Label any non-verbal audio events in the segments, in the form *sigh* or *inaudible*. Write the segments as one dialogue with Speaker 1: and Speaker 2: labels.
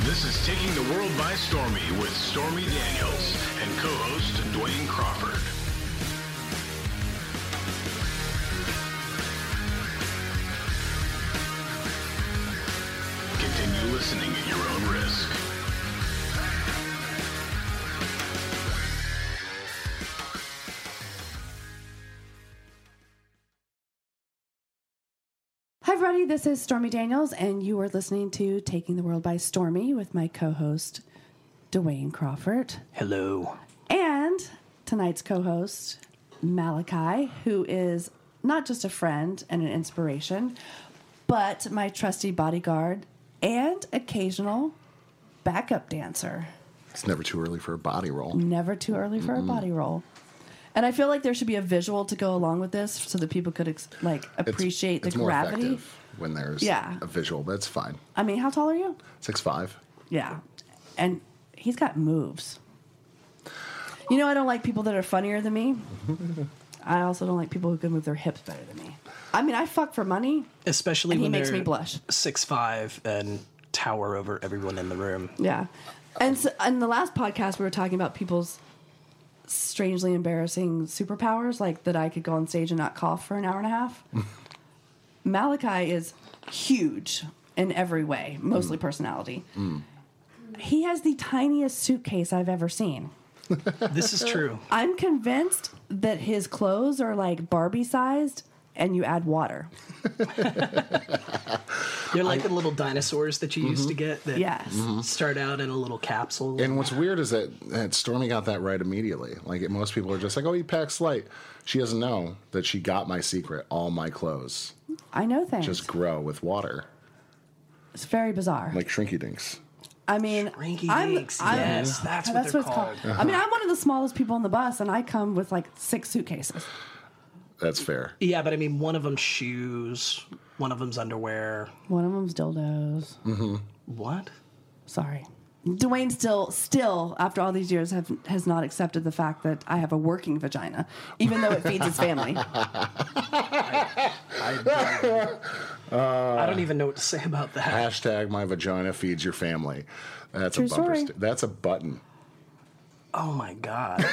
Speaker 1: This is Taking the World by Stormy with Stormy Daniels and co-host Dwayne Crawford. Continue listening at your own risk.
Speaker 2: Hi, everybody. This is Stormy Daniels, and you are listening to Taking the World by Stormy with my co host, Dwayne Crawford.
Speaker 3: Hello.
Speaker 2: And tonight's co host, Malachi, who is not just a friend and an inspiration, but my trusty bodyguard and occasional backup dancer.
Speaker 4: It's never too early for a body roll.
Speaker 2: Never too early for a body roll. And I feel like there should be a visual to go along with this so that people could ex- like appreciate the gravity.
Speaker 4: when there's
Speaker 2: Yeah.
Speaker 4: a visual, but it's fine.
Speaker 2: I mean, how tall are you?
Speaker 4: Six five.
Speaker 2: Yeah. And he's got moves. You know, I don't like people that are funnier than me. I also don't like people who can move their hips better than me. I mean, I fuck for money.
Speaker 3: Especially
Speaker 2: And he
Speaker 3: when
Speaker 2: makes
Speaker 3: they're
Speaker 2: me blush.
Speaker 3: Six five and tower over everyone in the room.
Speaker 2: Yeah. And so, in the last podcast, we were talking about people's strangely embarrassing superpowers, like that I could go on stage and not cough for an hour and a half. Malachi is huge in every way, mostly personality. He has the tiniest suitcase I've ever seen.
Speaker 3: This is true.
Speaker 2: I'm convinced that his clothes are like Barbie sized and you add water.
Speaker 3: *laughs* They're like the little dinosaurs that you used to get that
Speaker 2: Yes.
Speaker 3: start out in a little capsule.
Speaker 4: And what's weird is that, that Stormy got that right immediately. Like it, most people are just like, "Oh, he packs light." She doesn't know that she got my secret. All my clothes
Speaker 2: I know things.
Speaker 4: just grow with water,
Speaker 2: it's very bizarre.
Speaker 4: like Shrinky Dinks.
Speaker 2: I mean,
Speaker 3: Shrinky
Speaker 2: I'm,
Speaker 3: dinks,
Speaker 2: I'm-
Speaker 3: yes, that's what they're called. Uh-huh.
Speaker 2: I mean, I'm one of the smallest people on the bus and I come with like six suitcases.
Speaker 4: That's fair.
Speaker 3: yeah, but I mean, one of them's shoes, one of them's underwear.
Speaker 2: One of them's dildos.
Speaker 3: What?
Speaker 2: Sorry. Dwayne still, still, after all these years, have, has not accepted the fact that I have a working vagina, even though it feeds
Speaker 3: *laughs*
Speaker 2: his family.
Speaker 3: I don't, I don't even know what to say about that.
Speaker 4: Hashtag my vagina feeds your family. That's
Speaker 2: True
Speaker 4: a bumper.
Speaker 2: story.
Speaker 4: st- that's a button.
Speaker 3: Oh my god.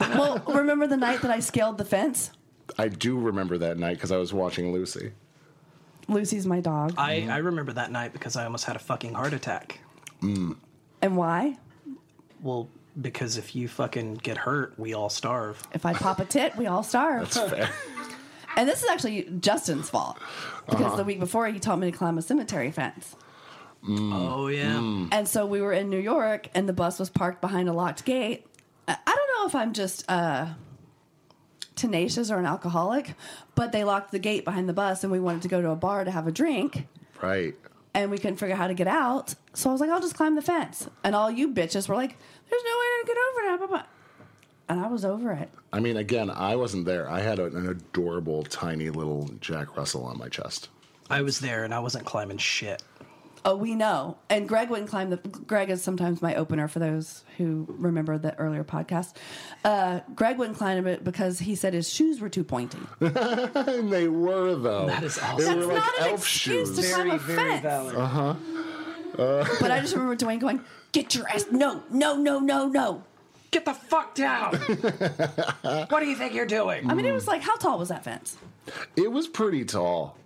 Speaker 2: well, remember the night that I scaled the fence?
Speaker 4: I do remember that night because I was watching Lucy.
Speaker 2: Lucy's my dog.
Speaker 3: I, I remember that night because I almost had a fucking heart attack.
Speaker 2: and why?
Speaker 3: Well, because if you fucking get hurt, we all starve.
Speaker 2: If I pop a tit, we all starve.
Speaker 4: Fair. *laughs*
Speaker 2: And this is actually Justin's fault because the week before he taught me to climb a cemetery fence.
Speaker 3: Oh yeah.
Speaker 2: And so we were in New York and the bus was parked behind a locked gate. I I don't know if I'm just uh, tenacious or an alcoholic, but they locked the gate behind the bus and we wanted to go to a bar to have a drink
Speaker 4: right.
Speaker 2: and we couldn't figure out how to get out. So I was like, I'll just climb the fence. And all you bitches were like, there's no way to get over that. blah, blah, blah." And I was over it.
Speaker 4: I mean, again, I wasn't there. I had an adorable, tiny little Jack Russell on my chest. *laughs*
Speaker 3: I was there and I wasn't climbing shit.
Speaker 2: Oh, we know. And Greg wouldn't climb the. Greg is sometimes my opener for those who remember the earlier podcast. Uh, Greg wouldn't climb it because he said his shoes were too pointy.
Speaker 4: And they were though.
Speaker 3: That is awesome.
Speaker 4: They
Speaker 3: That's
Speaker 4: were like
Speaker 2: not an
Speaker 4: elf
Speaker 2: excuse
Speaker 4: shoes.
Speaker 2: to Very, climb a very fence. valid. But I just remember Dwayne going, "Get your ass! No, no, no, no, no!"
Speaker 3: Get the
Speaker 4: *laughs*
Speaker 3: fuck down. what do you think you're doing?
Speaker 2: I mean, it was like, how tall was that fence?
Speaker 4: It was pretty tall.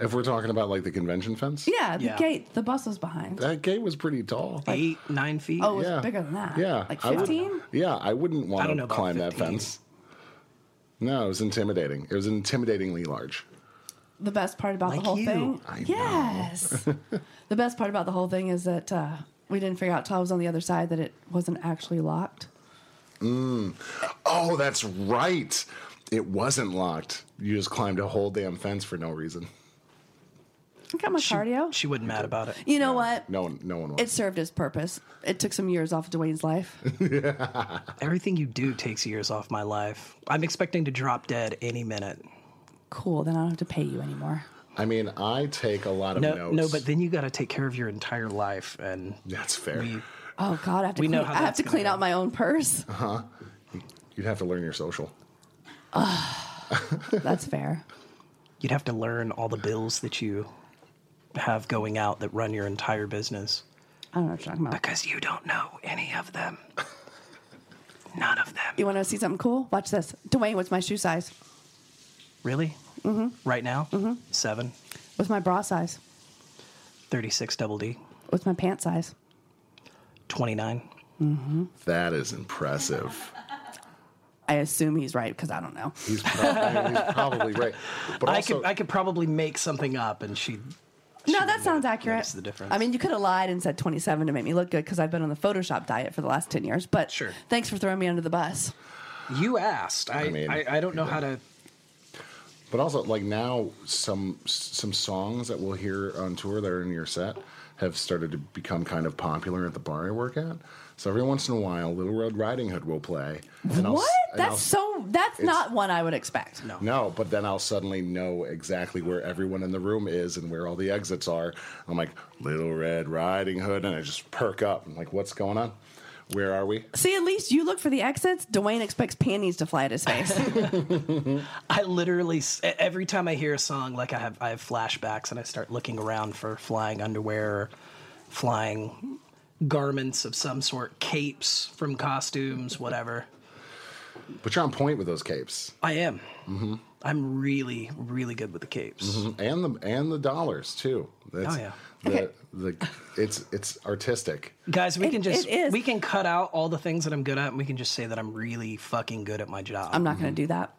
Speaker 4: If we're talking about like the convention fence,
Speaker 2: Yeah, the
Speaker 3: Yeah.
Speaker 2: gate, the bus was behind.
Speaker 4: that gate was pretty tall.
Speaker 3: Eight, nine feet.
Speaker 2: Oh, it was
Speaker 4: yeah.
Speaker 2: bigger than that.
Speaker 4: Yeah,
Speaker 2: like
Speaker 4: I would-
Speaker 2: fifteen.
Speaker 4: yeah, I wouldn't
Speaker 3: I
Speaker 4: want
Speaker 3: don't know
Speaker 4: to
Speaker 3: about
Speaker 4: climb that
Speaker 3: 15.
Speaker 4: fence. No, it was intimidating. It was intimidatingly large.
Speaker 2: The best part about
Speaker 3: Like
Speaker 2: the whole
Speaker 3: you.
Speaker 2: thing,
Speaker 4: I know.
Speaker 2: yes. the best part about the whole thing is that uh, we didn't figure out till I was on the other side that it wasn't actually locked.
Speaker 4: Oh, that's right. It wasn't locked. You just climbed a whole damn fence for no reason.
Speaker 2: I got my cardio.
Speaker 3: She wasn't mad about it.
Speaker 2: You know what?
Speaker 4: No one, no one. Was.
Speaker 2: It served its purpose. It took some years off Dwayne's
Speaker 4: *laughs*
Speaker 2: life.
Speaker 3: Everything you do takes years off my life. I'm expecting to drop dead any minute.
Speaker 2: cool, then I don't have to pay you anymore.
Speaker 4: I mean, I take a lot of
Speaker 3: No,
Speaker 4: notes.
Speaker 3: no, but then you got to take care of your entire life, and
Speaker 4: that's fair.
Speaker 3: we,
Speaker 2: Oh God, I have to
Speaker 3: We
Speaker 2: clean,
Speaker 3: know how
Speaker 2: I have
Speaker 3: that's
Speaker 2: to
Speaker 3: gonna
Speaker 2: clean
Speaker 3: go.
Speaker 2: out my own
Speaker 4: *laughs*
Speaker 2: purse.
Speaker 4: You'd have to learn your social.
Speaker 2: That's fair.
Speaker 3: you'd have to learn all the bills that you have going out that run your entire business.
Speaker 2: I don't know what you're talking about.
Speaker 3: because you don't know any of them. None of them.
Speaker 2: You want to see something cool? Watch this. Dwayne, what's my shoe size?
Speaker 3: Really? Mm-hmm. Right now? Mm-hmm. Seven.
Speaker 2: What's my bra size?
Speaker 3: 36 double D.
Speaker 2: What's my pant size?
Speaker 3: 29.
Speaker 4: That is impressive.
Speaker 2: I assume he's right because I don't know.
Speaker 4: He's probably, he's probably right. But
Speaker 3: I
Speaker 4: also,
Speaker 3: could I could probably make something up and she
Speaker 2: No, that sounds accurate.
Speaker 3: notice the difference.
Speaker 2: I mean, you could have lied and said 27 to make me look good because I've been on the Photoshop diet for the last 10 years. But
Speaker 3: Sure.
Speaker 2: thanks for throwing me under the bus.
Speaker 3: you asked. I I,
Speaker 4: mean,
Speaker 3: I, don't know how to
Speaker 4: But also, like now, some some songs that we'll hear on tour that are in your set have started to become kind of popular at the bar I work at. So every once in a while, Little Red Riding Hood will play. And I'll s-
Speaker 2: What?
Speaker 4: and I'll
Speaker 2: That's
Speaker 4: s-
Speaker 2: so. That's not one I would expect.
Speaker 3: No.
Speaker 4: No, but then I'll suddenly know exactly where everyone in the room is and where all the exits are. I'm like, Little Red Riding Hood, and I just perk up. I'm like, what's going on? Where are we?
Speaker 2: See, at least you look for the exits. Dwayne expects panties to fly at his
Speaker 4: *laughs*
Speaker 2: face.
Speaker 3: I literally s- e- every time I hear a song like I have I have flashbacks and I start looking around for flying underwear or flying garments of some sort, capes from costumes, whatever.
Speaker 4: But you're on point with those capes
Speaker 3: I am.
Speaker 4: Mm-hmm.
Speaker 3: I'm really, really good with the capes.
Speaker 4: and the and the dollars too. That's,
Speaker 3: Oh, yeah.
Speaker 4: The, the it's it's artistic.
Speaker 3: Guys, we
Speaker 2: It-
Speaker 3: can just
Speaker 2: it is.
Speaker 3: we can cut out all the things that I'm good at, and we can just say that I'm really fucking good at my job.
Speaker 2: I'm not going to do that.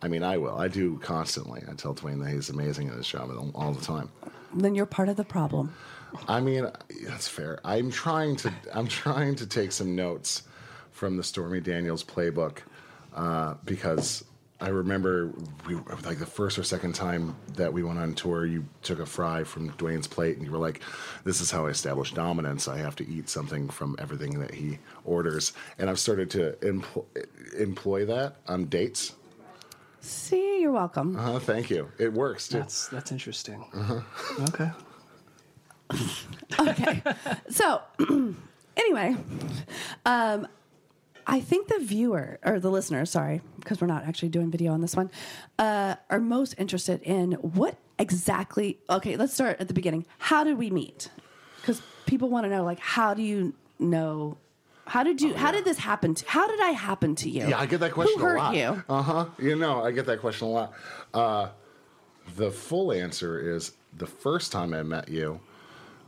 Speaker 4: I mean, I will. I do constantly. I tell Dwayne that he's amazing at his job all- all the time.
Speaker 2: Then you're part of the problem.
Speaker 4: I mean, that's fair. I'm trying to. I'm trying to take some notes from the Stormy Daniels playbook uh, because I remember we like the first or second time that we went on tour. You took a fry from Dwayne's plate, and you were like, "This is how I establish dominance. I have to eat something from everything that he orders." And I've started to empl- employ that on dates.
Speaker 2: See, you're welcome.
Speaker 4: *laughs* Uh, thank you. It works too.
Speaker 3: That's that's interesting.
Speaker 4: Uh-huh.
Speaker 3: Okay.
Speaker 2: okay. So, *clears throat* anyway, um, I think the viewer or the listener, sorry, because we're not actually doing video on this one, uh, are most interested in what exactly. Okay, let's start at the beginning. How did we meet? Because people want to know, like, how do you know? How did you? How did this happen? To, how did I happen to you?
Speaker 4: Oh, Yeah, I get that question
Speaker 2: Who hurt
Speaker 4: a lot.
Speaker 2: you?
Speaker 4: Uh huh. You know, I get that question a lot. Uh, the full answer is the first time I met you,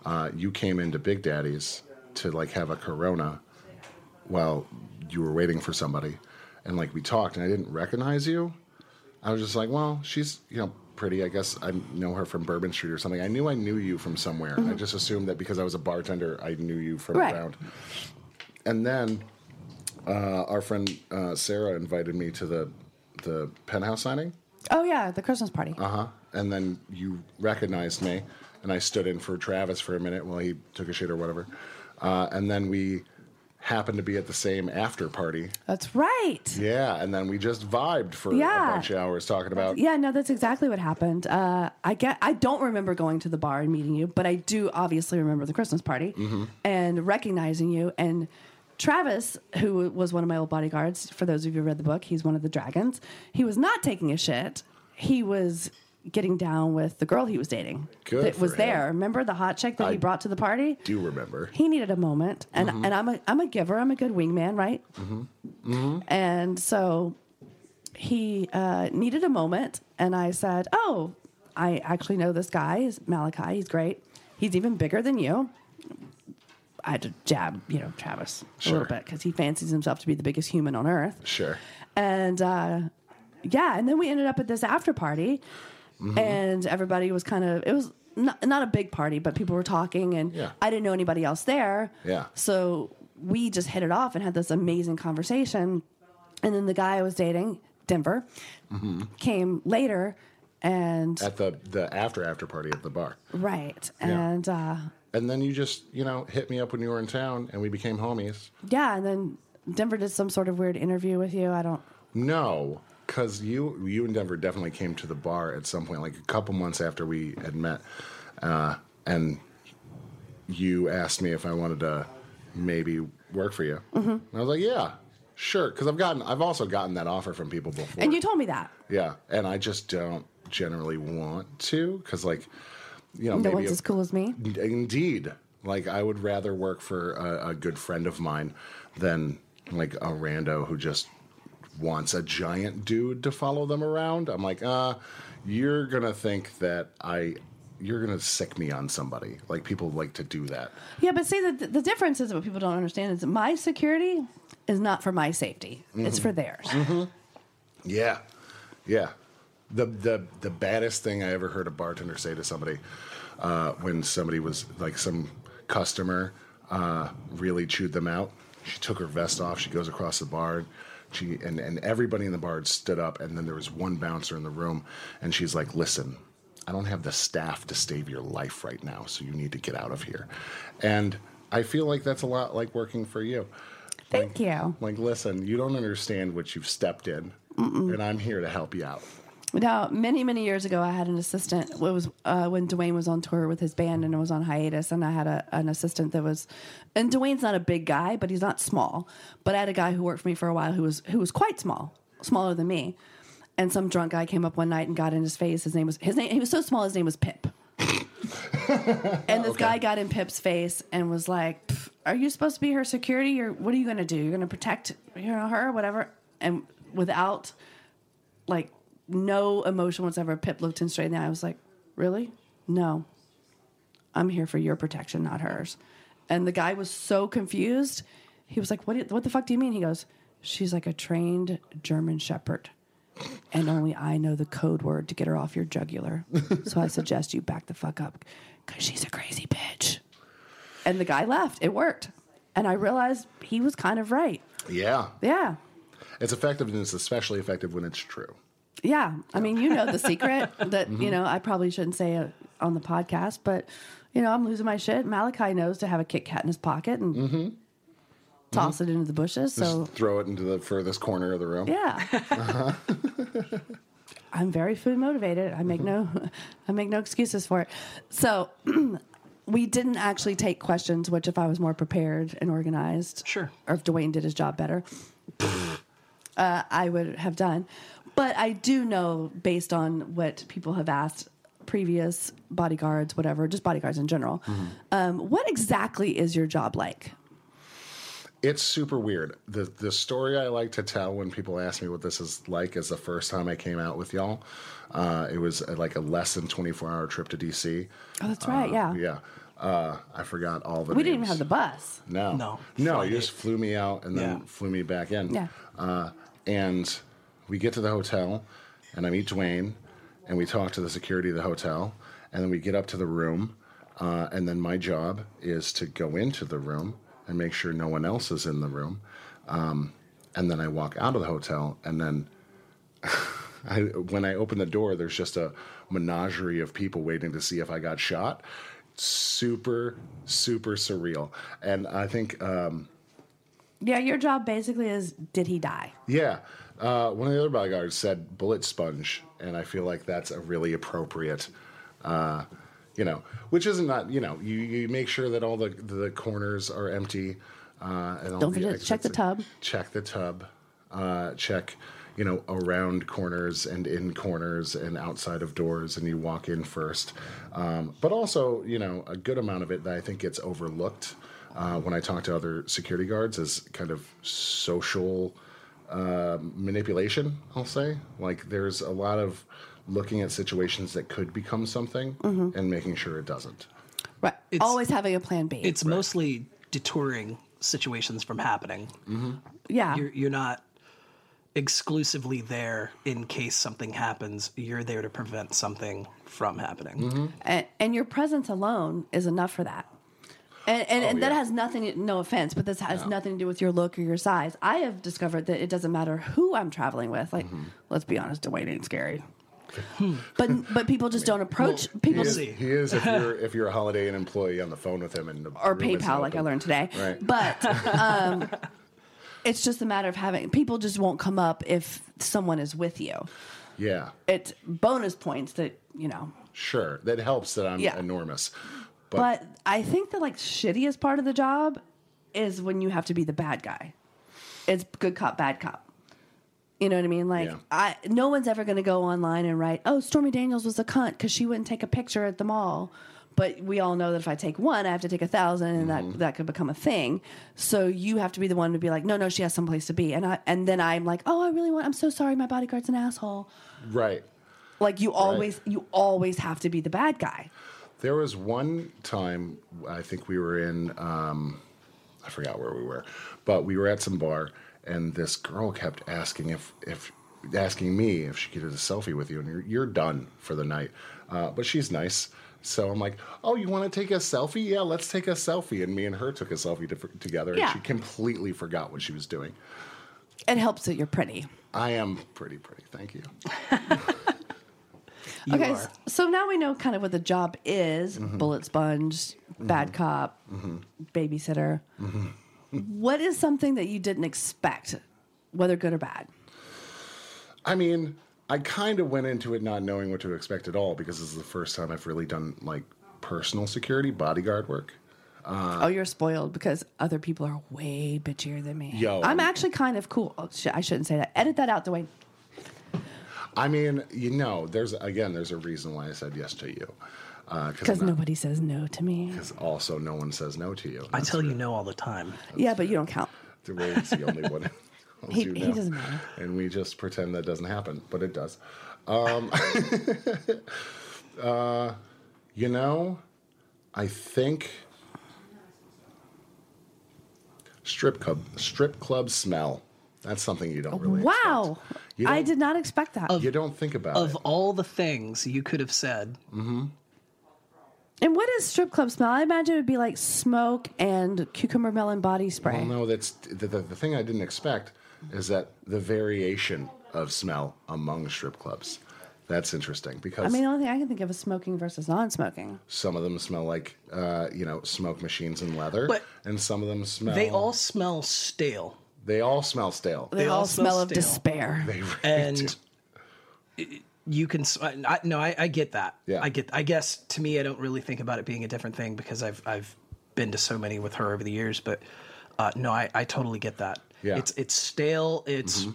Speaker 4: uh, you came into Big Daddy's to like have a Corona while you were waiting for somebody, and like we talked, and I didn't recognize you. I was just like, well, she's you know pretty. I guess I know her from Bourbon Street or something. I knew I knew you from somewhere. I just assumed that because I was a bartender, I knew you from
Speaker 2: Right.
Speaker 4: around. And then uh, our friend uh, Sarah invited me to the the penthouse signing.
Speaker 2: Oh yeah, the Christmas party.
Speaker 4: Uh huh. And then you recognized me, and I stood in for Travis for a minute while he took a shit or whatever. Uh, and then we happened to be at the same after party.
Speaker 2: That's right.
Speaker 4: Yeah. And then we just vibed for
Speaker 2: Yeah.
Speaker 4: a bunch of hours talking about.
Speaker 2: Yeah, no, that's exactly what happened. Uh, I get, I don't remember going to the bar and meeting you, but I do obviously remember the Christmas party
Speaker 4: Mm-hmm.
Speaker 2: and recognizing you. And Travis, who was one of my old bodyguards, for those of you who read the book, he's one of the dragons. He was not taking a shit. He was getting down with the girl he was dating
Speaker 4: Good
Speaker 2: that
Speaker 4: for
Speaker 2: was
Speaker 4: him.
Speaker 2: there. Remember the hot chick that he
Speaker 4: I
Speaker 2: brought to the party?
Speaker 4: Do you remember?
Speaker 2: he needed a moment and and I'm a I'm a giver I'm a good wingman right Mm-hmm. and so he uh, needed a moment and I said oh I actually know this guy is Malachi he's great he's even bigger than you I had to jab you know Travis a
Speaker 4: Sure.
Speaker 2: little bit because he fancies himself to be the biggest human on earth
Speaker 4: Sure.
Speaker 2: and uh, yeah, and then we ended up at this after party,
Speaker 4: Mm-hmm.
Speaker 2: and everybody was kind of it was not, not a big party, but people were talking, and
Speaker 4: Yeah.
Speaker 2: I didn't know anybody else there.
Speaker 4: Yeah.
Speaker 2: so we just hit it off and had this amazing conversation, and then the guy I was dating, Denver, came later, and
Speaker 4: Mm-hmm. At the the after after party at the bar.
Speaker 2: right,
Speaker 4: Yeah.
Speaker 2: and uh,
Speaker 4: And then you just you know hit me up when you were in town, and we became homies.
Speaker 2: yeah, and then Denver did some sort of weird interview with you. I don't.
Speaker 4: No, because you you and Denver definitely came to the bar at some point, like a couple months after we had met, uh, and you asked me if I wanted to maybe work for you. Mm-hmm. And I was like, yeah, sure, because I've gotten I've also gotten that offer from people before.
Speaker 2: And you told me that.
Speaker 4: yeah, and I just don't generally want to, because like you know
Speaker 2: No
Speaker 4: maybe
Speaker 2: one's
Speaker 4: a-
Speaker 2: as cool as me.
Speaker 4: Indeed. Like I would rather work for a, a good friend of mine than like a rando who just wants a giant dude to follow them around. I'm like, uh, you're gonna think that I, you're gonna sick me on somebody. Like people like to do that.
Speaker 2: Yeah, but see, the, the difference is what people don't understand is that my security is not for my safety, it's for theirs.
Speaker 4: Yeah, yeah. The the the baddest thing I ever heard a bartender say to somebody uh, when somebody was like some customer uh, really chewed them out. She took her vest off. She goes across the bar. She and and everybody in the bar stood up. And then there was one bouncer in the room, and she's like, "Listen." I don't have the staff to save your life right now, so you need to get out of here. And I feel like that's a lot like working for you.
Speaker 2: Thank you.
Speaker 4: Like, listen, you don't understand what you've stepped in, and I'm here to help you out.
Speaker 2: Now, many, many years ago, I had an assistant. It was uh, when Dwayne was on tour with his band and was on hiatus, and I had a, an assistant that was. And Dwayne's not a big guy, but he's not small. But I had a guy who worked for me for a while who was who was quite small, smaller than me. And some drunk guy came up one night and got in his face. His name was his name. He was so small. His name was Pip. and this guy got in Pip's face and was like, "Pff, "Are you supposed to be her security, or what are you going to do? You're going to protect you know her, whatever." And without like no emotion whatsoever. Pip looked him straight in the eye. I was like, really? No. I'm here for your protection, not hers. And the guy was so confused. He was like, what, do- what the fuck do you mean? He goes, she's like a trained German shepherd. And only I know the code word to get her off your jugular. so I suggest you back the fuck up because she's a crazy bitch. And the guy left. It worked. And I realized he was kind of right.
Speaker 4: Yeah.
Speaker 2: Yeah.
Speaker 4: It's effective, and it's especially effective when it's true.
Speaker 2: Yeah, I mean, you know the secret that you know I probably shouldn't say it on the podcast, but you know I'm losing my shit. Malachi knows to have a Kit Kat in his pocket and toss it into the bushes. So
Speaker 4: Just throw it into the furthest corner of the room.
Speaker 2: Oh. yeah, Uh-huh. I'm very food motivated. I make no, I make no excuses for it. So *clears throat* we didn't actually take questions, which if I was more prepared and organized,
Speaker 3: Sure.
Speaker 2: or if Dwayne did his job better, uh, I would have done. But I do know, based on what people have asked, previous bodyguards, whatever, just bodyguards in general, um, what exactly is your job like?
Speaker 4: It's super weird. The the story I like to tell when people ask me what this is like is the first time I came out with y'all. Uh, it was uh, like a less than 24 hour trip to DC.
Speaker 2: Oh, that's right. yeah.
Speaker 4: Yeah. Uh, I forgot all the
Speaker 2: We didn't even
Speaker 4: names.
Speaker 2: have the bus.
Speaker 4: No.
Speaker 3: No.
Speaker 4: No, you just flew me out and then
Speaker 3: Yeah.
Speaker 4: flew me back in.
Speaker 2: Yeah.
Speaker 4: Uh, and we get to the hotel and I meet Dwayne and we talk to the security of the hotel and then we get up to the room. Uh, and then my job is to go into the room and make sure no one else is in the room. Um, and then I walk out of the hotel and then *laughs* I, when I open the door, there's just a menagerie of people waiting to see if I got shot. Super, super surreal. And I think, um,
Speaker 2: Yeah, your job basically is did he die?
Speaker 4: yeah, uh, one of the other bodyguards said bullet sponge. And I feel like that's a really appropriate, uh, you know, which isn't not, you know, you, you make sure that all the, the corners are empty. Uh, and all
Speaker 2: Don't
Speaker 4: the
Speaker 2: forget to check the
Speaker 4: exits-
Speaker 2: tub.
Speaker 4: check the tub, uh, check, you know, around corners and in corners and outside of doors, and you walk in first. Um, but also, you know, a good amount of it that I think gets overlooked uh, when I talk to other security guards is kind of social uh, manipulation, I'll say. Like, there's a lot of looking at situations that could become something
Speaker 2: Mm-hmm.
Speaker 4: and making sure it doesn't.
Speaker 2: Right.
Speaker 3: It's-
Speaker 2: Always having a plan B.
Speaker 3: It's mostly detouring situations from happening.
Speaker 2: yeah.
Speaker 3: You're, you're not exclusively there in case something happens. You're there to prevent something from happening.
Speaker 2: and, and your presence alone is enough for that. And and, and that
Speaker 4: yeah.
Speaker 2: has nothing. No offense, but this has nothing to do with your look or your size. I have discovered that it doesn't matter who I'm traveling with. Like, let's be honest, Dwayne ain't scary. but but people just don't approach people
Speaker 4: He
Speaker 2: just-
Speaker 4: is,
Speaker 3: see.
Speaker 4: he is if you're if you're a Holiday Inn employee on the phone with him and the
Speaker 2: or
Speaker 4: room isn't
Speaker 2: PayPal, like I
Speaker 4: open.
Speaker 2: learned today.
Speaker 4: Right.
Speaker 2: But um, it's just a matter of having people just won't come up if someone is with you.
Speaker 4: Yeah,
Speaker 2: It's bonus points that you know
Speaker 4: sure. That helps that I'm
Speaker 2: Yeah.
Speaker 4: enormous.
Speaker 2: But I think the like shittiest part of the job is when you have to be the bad guy. It's good cop, bad cop. You know what I mean? Like
Speaker 4: Yeah.
Speaker 2: I no one's ever gonna go online and write, Oh, Stormy Daniels was a cunt because she wouldn't take a picture at the mall. But we all know that if I take one, I have to take a thousand, and that
Speaker 4: Mm-hmm.
Speaker 2: that could become a thing. So you have to be the one to be like, no, no, she has someplace to be, and I and then I'm like, oh, I really want. I'm so sorry, my bodyguard's an asshole.
Speaker 4: Right.
Speaker 2: Like you always, you always have to be the bad guy.
Speaker 4: There was one time I think we were in um, I forgot where we were, but we were at some bar and this girl kept asking if if asking me if she could get a selfie with you and you're you're done for the night. Uh, but she's nice. So I'm like, oh, you want to take a selfie? Yeah, let's take a selfie. And me and her took a selfie to, together,
Speaker 2: Yeah.
Speaker 4: and she completely forgot what she was doing.
Speaker 2: It helps that you're pretty.
Speaker 4: I am pretty, pretty. Thank you.
Speaker 3: You
Speaker 2: okay,
Speaker 3: are.
Speaker 2: s- so now we know kind of what the job is: bullet sponge, bad cop, babysitter. What is something that you didn't expect, whether good or bad?
Speaker 4: I mean, I kind of went into it not knowing what to expect at all because this is the first time I've really done like personal security bodyguard work.
Speaker 2: oh, you're spoiled because other people are way bitchier than me.
Speaker 4: Yo.
Speaker 2: I'm actually kind of cool. Oh, shit, I shouldn't say that. Edit that out, Dwayne.
Speaker 4: I mean, you know, there's again, there's a reason why I said yes to you uh, because
Speaker 2: Because nobody says no to me.
Speaker 4: also no one says no to you.
Speaker 3: I tell you no all the time.
Speaker 2: Yeah, but you don't count.
Speaker 4: Dwayne's the only
Speaker 2: *laughs*
Speaker 4: one. who tells
Speaker 2: He-
Speaker 4: you
Speaker 2: he
Speaker 4: no.
Speaker 2: doesn't matter.
Speaker 4: And we just pretend that doesn't happen, but it does. Um, *laughs* uh, you know, I think strip club strip club smell. That's something you don't really
Speaker 2: Wow.
Speaker 4: You
Speaker 2: I
Speaker 4: don't-
Speaker 2: did not expect that.
Speaker 4: expect. You don't think about
Speaker 3: Of
Speaker 4: it.
Speaker 3: all the things you could have said,
Speaker 2: and what is strip club smell? I imagine it would be like smoke and cucumber melon body spray.
Speaker 4: Well, no, that's the, the, the thing I didn't expect is that the variation of smell among strip clubs. That's interesting because
Speaker 2: I mean, the only thing I can think of is smoking versus non smoking.
Speaker 4: some of them smell like uh, you know smoke machines and leather,
Speaker 3: But-
Speaker 4: and some of them smell.
Speaker 3: they all smell stale.
Speaker 4: they all smell stale.
Speaker 2: They, all, smell, of
Speaker 3: stale.
Speaker 2: despair.
Speaker 4: They really do.
Speaker 3: and it- you can s- I, no I, I get that
Speaker 4: Yeah.
Speaker 3: i get i guess to me i don't really think about it being a different thing because i've i've been to so many with her over the years but uh, no I, I totally get that
Speaker 4: Yeah. Mm-hmm.
Speaker 3: it's it's stale it's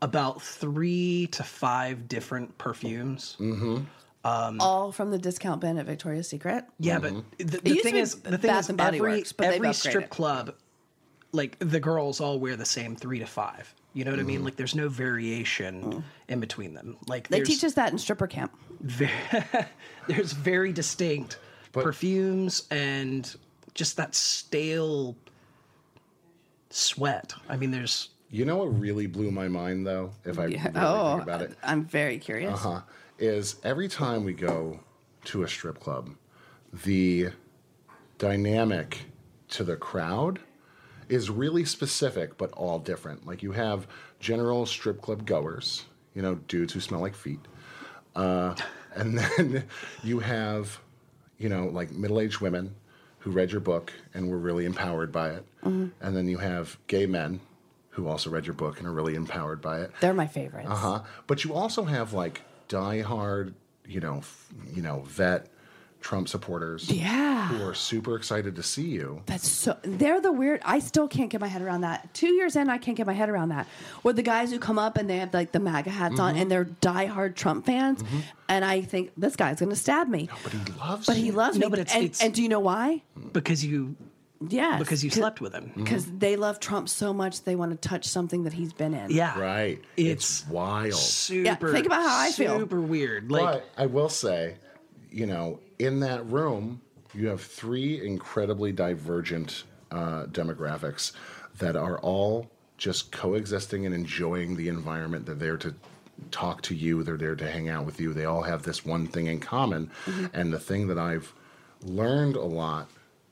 Speaker 3: about three to five different perfumes
Speaker 4: Mm-hmm.
Speaker 2: All from the discount bin at Victoria's Secret.
Speaker 3: yeah
Speaker 4: Mm-hmm.
Speaker 3: but the, the
Speaker 2: used to
Speaker 3: thing
Speaker 2: be
Speaker 3: is the thing
Speaker 2: Bath
Speaker 3: is
Speaker 2: and Body
Speaker 3: every,
Speaker 2: Works, but they've
Speaker 3: every
Speaker 2: upgraded.
Speaker 3: strip club like the girls all wear the same three to five you know what
Speaker 4: Mm-hmm.
Speaker 3: i mean like there's no variation in between them like
Speaker 2: Mm. They
Speaker 3: there's-
Speaker 2: teach us that in stripper *laughs* camp.
Speaker 3: very, *laughs* there's very distinct perfumes and just that stale sweat. I mean, there's
Speaker 4: *laughs* You know what really blew my mind though, if I really
Speaker 3: oh.
Speaker 4: think about it,
Speaker 2: Oh, I'm very curious.
Speaker 4: uh, is every time we go to a strip club, the dynamic to the crowd is really specific but all different. Like you have general strip club goers, you know, dudes who smell like feet. Uh, and *laughs* then you have, you know, like middle aged women who read your book and were really empowered by it. And then you have gay men who also read your book and are really empowered by it.
Speaker 2: They're my favorites.
Speaker 4: Uh-huh. But you also have like diehard, you know, f- you know, vet Trump supporters
Speaker 2: Yeah.
Speaker 4: who are super excited to see you.
Speaker 2: That's so. They're the weird. I still can't get my head around that. Two years in, I can't get my head around that. Or the guys who come up and they have like the MAGA hats on and they're diehard Trump fans, and I think this guy's going to stab me,
Speaker 4: But he loves
Speaker 2: but he
Speaker 4: you.
Speaker 2: loves
Speaker 3: No,
Speaker 2: me.
Speaker 3: but it's-
Speaker 2: and,
Speaker 3: it's-
Speaker 2: and do you know why?
Speaker 3: because you
Speaker 2: Yeah,
Speaker 3: because you slept with him.
Speaker 2: Because they love Trump so much, they want to touch something that he's been in.
Speaker 3: Yeah,
Speaker 4: right.
Speaker 3: It's,
Speaker 4: wild.
Speaker 3: super.
Speaker 2: think about how I feel.
Speaker 3: Super weird. Like
Speaker 4: but I will say, you know, in that room, you have three incredibly divergent uh, demographics that are all just coexisting and enjoying the environment. They're there to talk to you, they're there to hang out with you. They all have this one thing in common. And the thing that I've learned a lot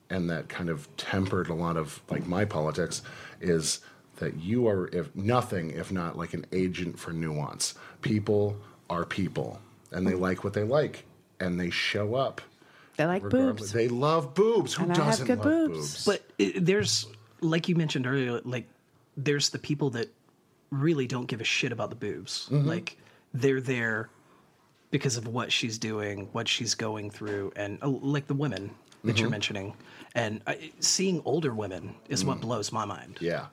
Speaker 4: and that kind of tempered a lot of like my politics is that you are if nothing if not like an agent for nuance people are people and they like what they like and they show up
Speaker 2: They like
Speaker 4: regardless-
Speaker 2: boobs.
Speaker 4: they love boobs who
Speaker 2: And I have
Speaker 4: doesn't
Speaker 2: good
Speaker 4: love
Speaker 2: boobs?
Speaker 4: boobs
Speaker 3: But it, there's, like you mentioned earlier, like there's the people that really don't give a shit about the boobs. Like they're there because of what she's doing, what she's going through, and oh, like the women that you're mentioning. And I, seeing older women is what blows my mind.
Speaker 4: yeah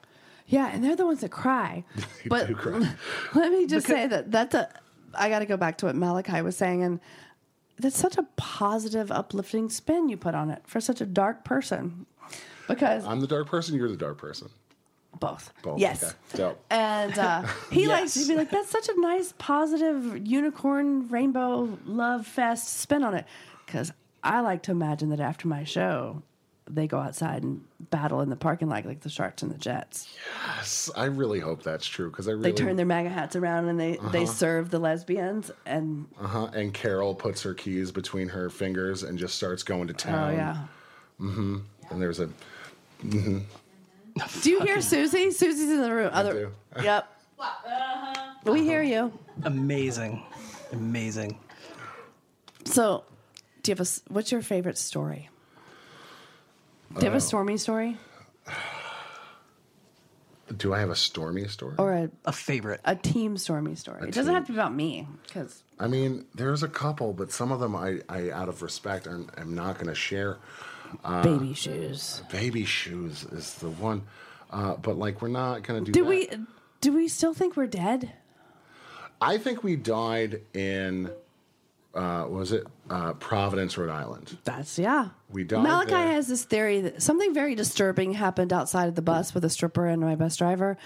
Speaker 2: Yeah, and they're the ones that
Speaker 4: *laughs*
Speaker 2: cry. but *laughs*
Speaker 4: do cry.
Speaker 2: let me just say that that's a. I got to go back to what Malachi was saying, and that's such a positive, uplifting spin you put on it for such a dark person. Because
Speaker 4: I'm the dark person. You're the dark person.
Speaker 2: both.
Speaker 4: Both.
Speaker 2: Yes.
Speaker 4: Okay. Dope.
Speaker 2: And
Speaker 4: *laughs*
Speaker 2: uh, he likes to be like, that's such a nice, positive unicorn rainbow love fest spin on it. Because I like to imagine that after my show, they go outside and battle in the parking lot like the Sharks and the Jets.
Speaker 4: Yes, I really hope that's true because I
Speaker 2: They
Speaker 4: really
Speaker 2: turn their MAGA hats around and they, they serve the lesbians. And oh,
Speaker 4: Uh-huh. And Carol puts her keys between her fingers and just starts going to
Speaker 2: oh,
Speaker 4: town.
Speaker 2: yeah.
Speaker 4: And there's a
Speaker 2: Do you hear Susie? Susie's in the room. Other, yep. We hear you.
Speaker 3: Amazing. Amazing.
Speaker 2: So, do you have a? s- What's your favorite story? Do
Speaker 4: Uh,
Speaker 2: you have a stormy story
Speaker 4: do I have a stormy story?
Speaker 2: or a,
Speaker 3: A favorite.
Speaker 2: a team stormy story? it doesn't
Speaker 4: team.
Speaker 2: have to be about me because
Speaker 4: I mean, there's a couple, but some of them I, I out of respect, I'm, I'm not going to share. Uh,
Speaker 2: baby shoes.
Speaker 4: Baby shoes is the one, uh, but like we're not going to do.
Speaker 2: Do
Speaker 4: that.
Speaker 2: we? Do we still think we're dead?
Speaker 4: I think we died in, uh, was it uh, Providence, Rhode Island?
Speaker 2: That's yeah.
Speaker 4: We died
Speaker 2: Malachi
Speaker 4: there.
Speaker 2: has this theory that something very disturbing happened outside of the bus with a stripper and my bus driver.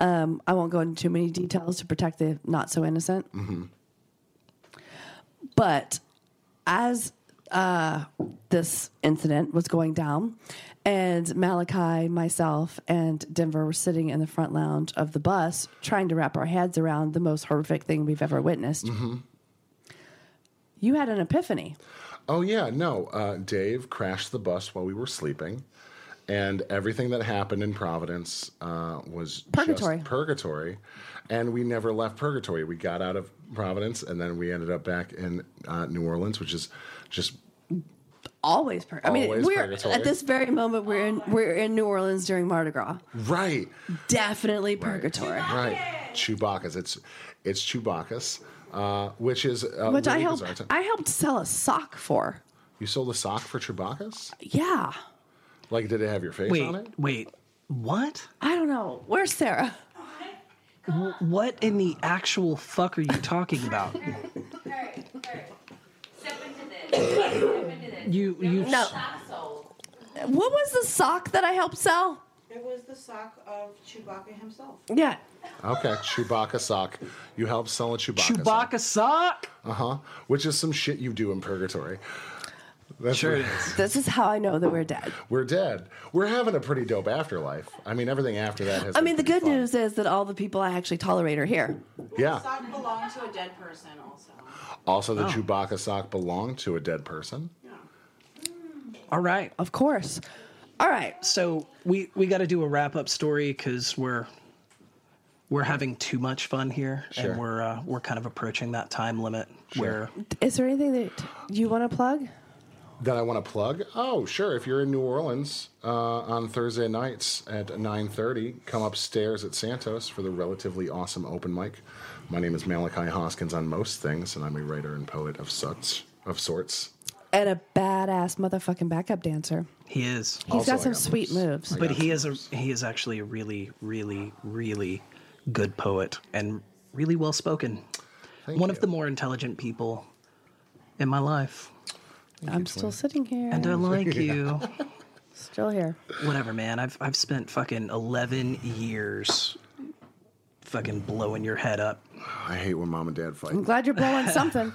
Speaker 2: Um, I won't go into too many details to protect the not so innocent.
Speaker 4: Mm-hmm.
Speaker 2: But as uh, this incident was going down, and Malachi, myself, and Denver were sitting in the front lounge of the bus trying to wrap our heads around the most horrific thing we've ever witnessed.
Speaker 4: Mm-hmm.
Speaker 2: You had an epiphany.
Speaker 4: Oh yeah, no. Uh, Dave crashed the bus while we were sleeping, and everything that happened in Providence uh, was just
Speaker 2: Purgatory.
Speaker 4: purgatory, and we never left purgatory. We got out of Providence, and then we ended up back in uh, New Orleans, which is just
Speaker 2: always per- I mean,
Speaker 4: Always
Speaker 2: we're
Speaker 4: purgatory.
Speaker 2: at this very moment we're in we're in New Orleans during Mardi Gras.
Speaker 4: right,
Speaker 2: Definitely purgatory.
Speaker 4: right. Chewbacca's. It's it's Chewbacca's, uh, which is uh,
Speaker 2: Which I
Speaker 4: really
Speaker 2: helped
Speaker 4: bizarre to-
Speaker 2: I helped sell a sock for.
Speaker 4: you sold a sock for Chewbacca's.
Speaker 2: Yeah.
Speaker 4: Like, did it have your face
Speaker 3: Wait,
Speaker 4: on it?
Speaker 3: wait. What?
Speaker 2: I don't know. Where's Sarah?
Speaker 3: What in the actual fuck are you talking about?
Speaker 5: Alright, alright. Step into this. Step into this.
Speaker 3: You you
Speaker 2: No.
Speaker 5: Sock sold.
Speaker 2: What was the sock that I helped sell?
Speaker 6: It was the sock of Chewbacca himself.
Speaker 2: Yeah.
Speaker 4: Okay, Chewbacca sock. You helped sell a Chewbacca. sock.
Speaker 3: Chewbacca sock?
Speaker 4: Uh huh. Which is some shit you do in purgatory. That's
Speaker 3: Sure
Speaker 4: what-
Speaker 3: it is.
Speaker 2: This is how I know that we're dead.
Speaker 4: We're dead. We're having a pretty dope afterlife. I mean, everything after that has.
Speaker 2: I
Speaker 4: been
Speaker 2: mean, the
Speaker 4: pretty
Speaker 2: good
Speaker 4: fun.
Speaker 2: news is that all the people I actually tolerate are here.
Speaker 6: The
Speaker 4: Yeah.
Speaker 6: sock belonged to a dead person, also.
Speaker 4: Also, the Chewbacca sock belonged to a dead person.
Speaker 3: All right.
Speaker 2: Of course. All right.
Speaker 3: So we we got to do a wrap up story because we're we're having too much fun here,
Speaker 4: Sure.
Speaker 3: and we're uh, we're kind of approaching that time limit where
Speaker 2: Is there anything that you want to plug?
Speaker 4: That I want to plug. Oh, sure. If you're in New Orleans uh, on Thursday nights at 9:30, come upstairs at Santos for the relatively awesome open mic. My name is Malachi Hoskins on most things, and I'm a writer and poet of such of sorts.
Speaker 2: And a badass motherfucking backup dancer.
Speaker 3: he is.
Speaker 2: He's
Speaker 4: Also,
Speaker 2: got
Speaker 4: I
Speaker 2: some
Speaker 4: got
Speaker 2: sweet moves.
Speaker 3: But he is a he is actually a really really really good poet and really well spoken.
Speaker 4: Thank
Speaker 3: One
Speaker 4: you.
Speaker 3: of the more intelligent people in my life,
Speaker 2: I'm still sitting here.
Speaker 3: and I
Speaker 4: Mm. *laughs*
Speaker 3: like you.
Speaker 2: Still here.
Speaker 3: whatever, man. I've I've spent fucking eleven years fucking blowing your head up.
Speaker 4: I hate when mom and dad fight.
Speaker 2: I'm glad you're blowing something.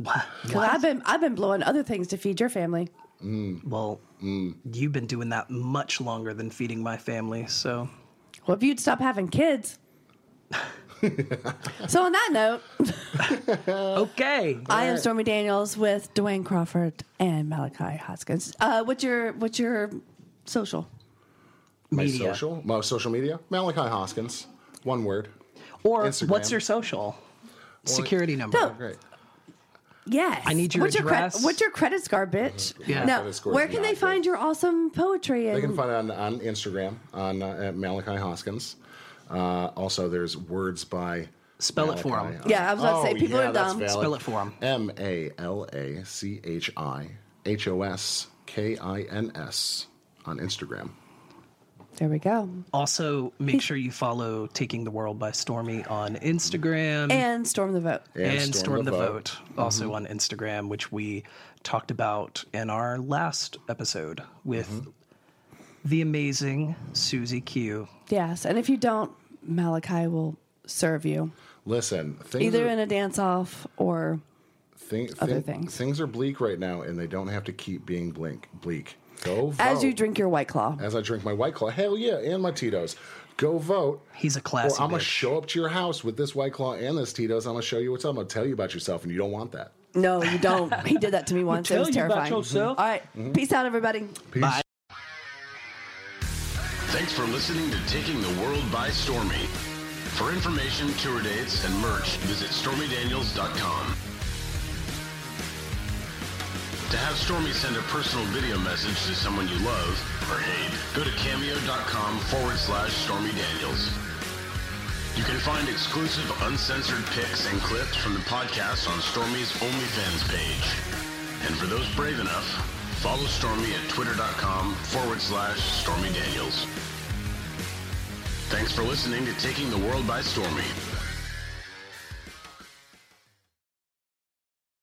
Speaker 2: Because I've been I've been blowing other things to feed your family.
Speaker 3: Well, you've been doing that much longer than feeding my family, so
Speaker 2: Well, if you'd stop having kids. so on that note,
Speaker 3: okay.
Speaker 2: I am Stormy Daniels with Dwayne Crawford and Malachi Hoskins. Uh, what's your what's your social?
Speaker 4: My
Speaker 3: Media.
Speaker 4: social, my social media, Malachi Hoskins, one word.
Speaker 3: Or
Speaker 4: Instagram.
Speaker 3: what's your social security number?
Speaker 2: No.
Speaker 4: Great.
Speaker 2: Yes.
Speaker 3: I need your
Speaker 2: what's Your
Speaker 3: address.
Speaker 2: cre- what's your credit score, bitch?
Speaker 3: Yeah.
Speaker 2: No.
Speaker 4: Credit score's
Speaker 2: Where can they
Speaker 4: not
Speaker 2: find
Speaker 4: good.
Speaker 2: your awesome poetry? And
Speaker 4: They can find it on, on Instagram on uh, at Malachi Hoskins. Uh, also, there's words by.
Speaker 3: Spell it for 'em.
Speaker 4: Malachi on-
Speaker 2: Yeah, I was about to say,
Speaker 4: Oh,
Speaker 2: people
Speaker 4: yeah,
Speaker 2: are
Speaker 4: that's
Speaker 2: dumb.
Speaker 4: valid.
Speaker 3: Spell it for 'em.
Speaker 4: M A L A C H I H O S K I N S on Instagram.
Speaker 2: There we go.
Speaker 4: Mm.
Speaker 3: Also, make sure you follow Taking the World by Stormy on Instagram
Speaker 2: And storm the vote.
Speaker 3: and Storm, the, Vote, also on Instagram, which we talked about in our last episode with the amazing Susie Q.
Speaker 2: Yes, and if you don't, Malachi will serve you
Speaker 4: Listen, things
Speaker 2: either
Speaker 4: are,
Speaker 2: in a dance off or
Speaker 4: thing,
Speaker 2: other
Speaker 4: thing-
Speaker 2: things.
Speaker 4: Things are bleak right now, and they don't have to keep being blink, bleak. Go vote.
Speaker 3: Oh.
Speaker 2: as you drink your white claw.
Speaker 4: As I drink my White Claw. Hell yeah, and my Tito's. Go vote.
Speaker 3: He's a
Speaker 4: Or
Speaker 3: classy.
Speaker 4: I'm going
Speaker 3: bitch.
Speaker 4: to show up to your house with this White Claw and this Tito's. I'm going to show you what's up. I'm going to tell you about yourself, and you don't want that.
Speaker 2: No, you don't. he did that to me once. It
Speaker 3: tell
Speaker 2: was
Speaker 3: you about
Speaker 2: terrifying. All
Speaker 3: yourself. Mm-hmm.
Speaker 2: right, peace out, everybody.
Speaker 4: Peace.
Speaker 3: Bye.
Speaker 1: Thanks for listening to Taking the World by Stormy. For information, tour dates, and merch, visit stormydaniels.com. To have Stormy send a personal video message to someone you love or hate, go to cameo.com forward slash Stormy Daniels. You can find exclusive uncensored pics and clips from the podcast on Stormy's OnlyFans page. And for those brave enough, follow Stormy at twitter.com forward slash Stormy Daniels. Thanks for listening to Taking the World by Stormy.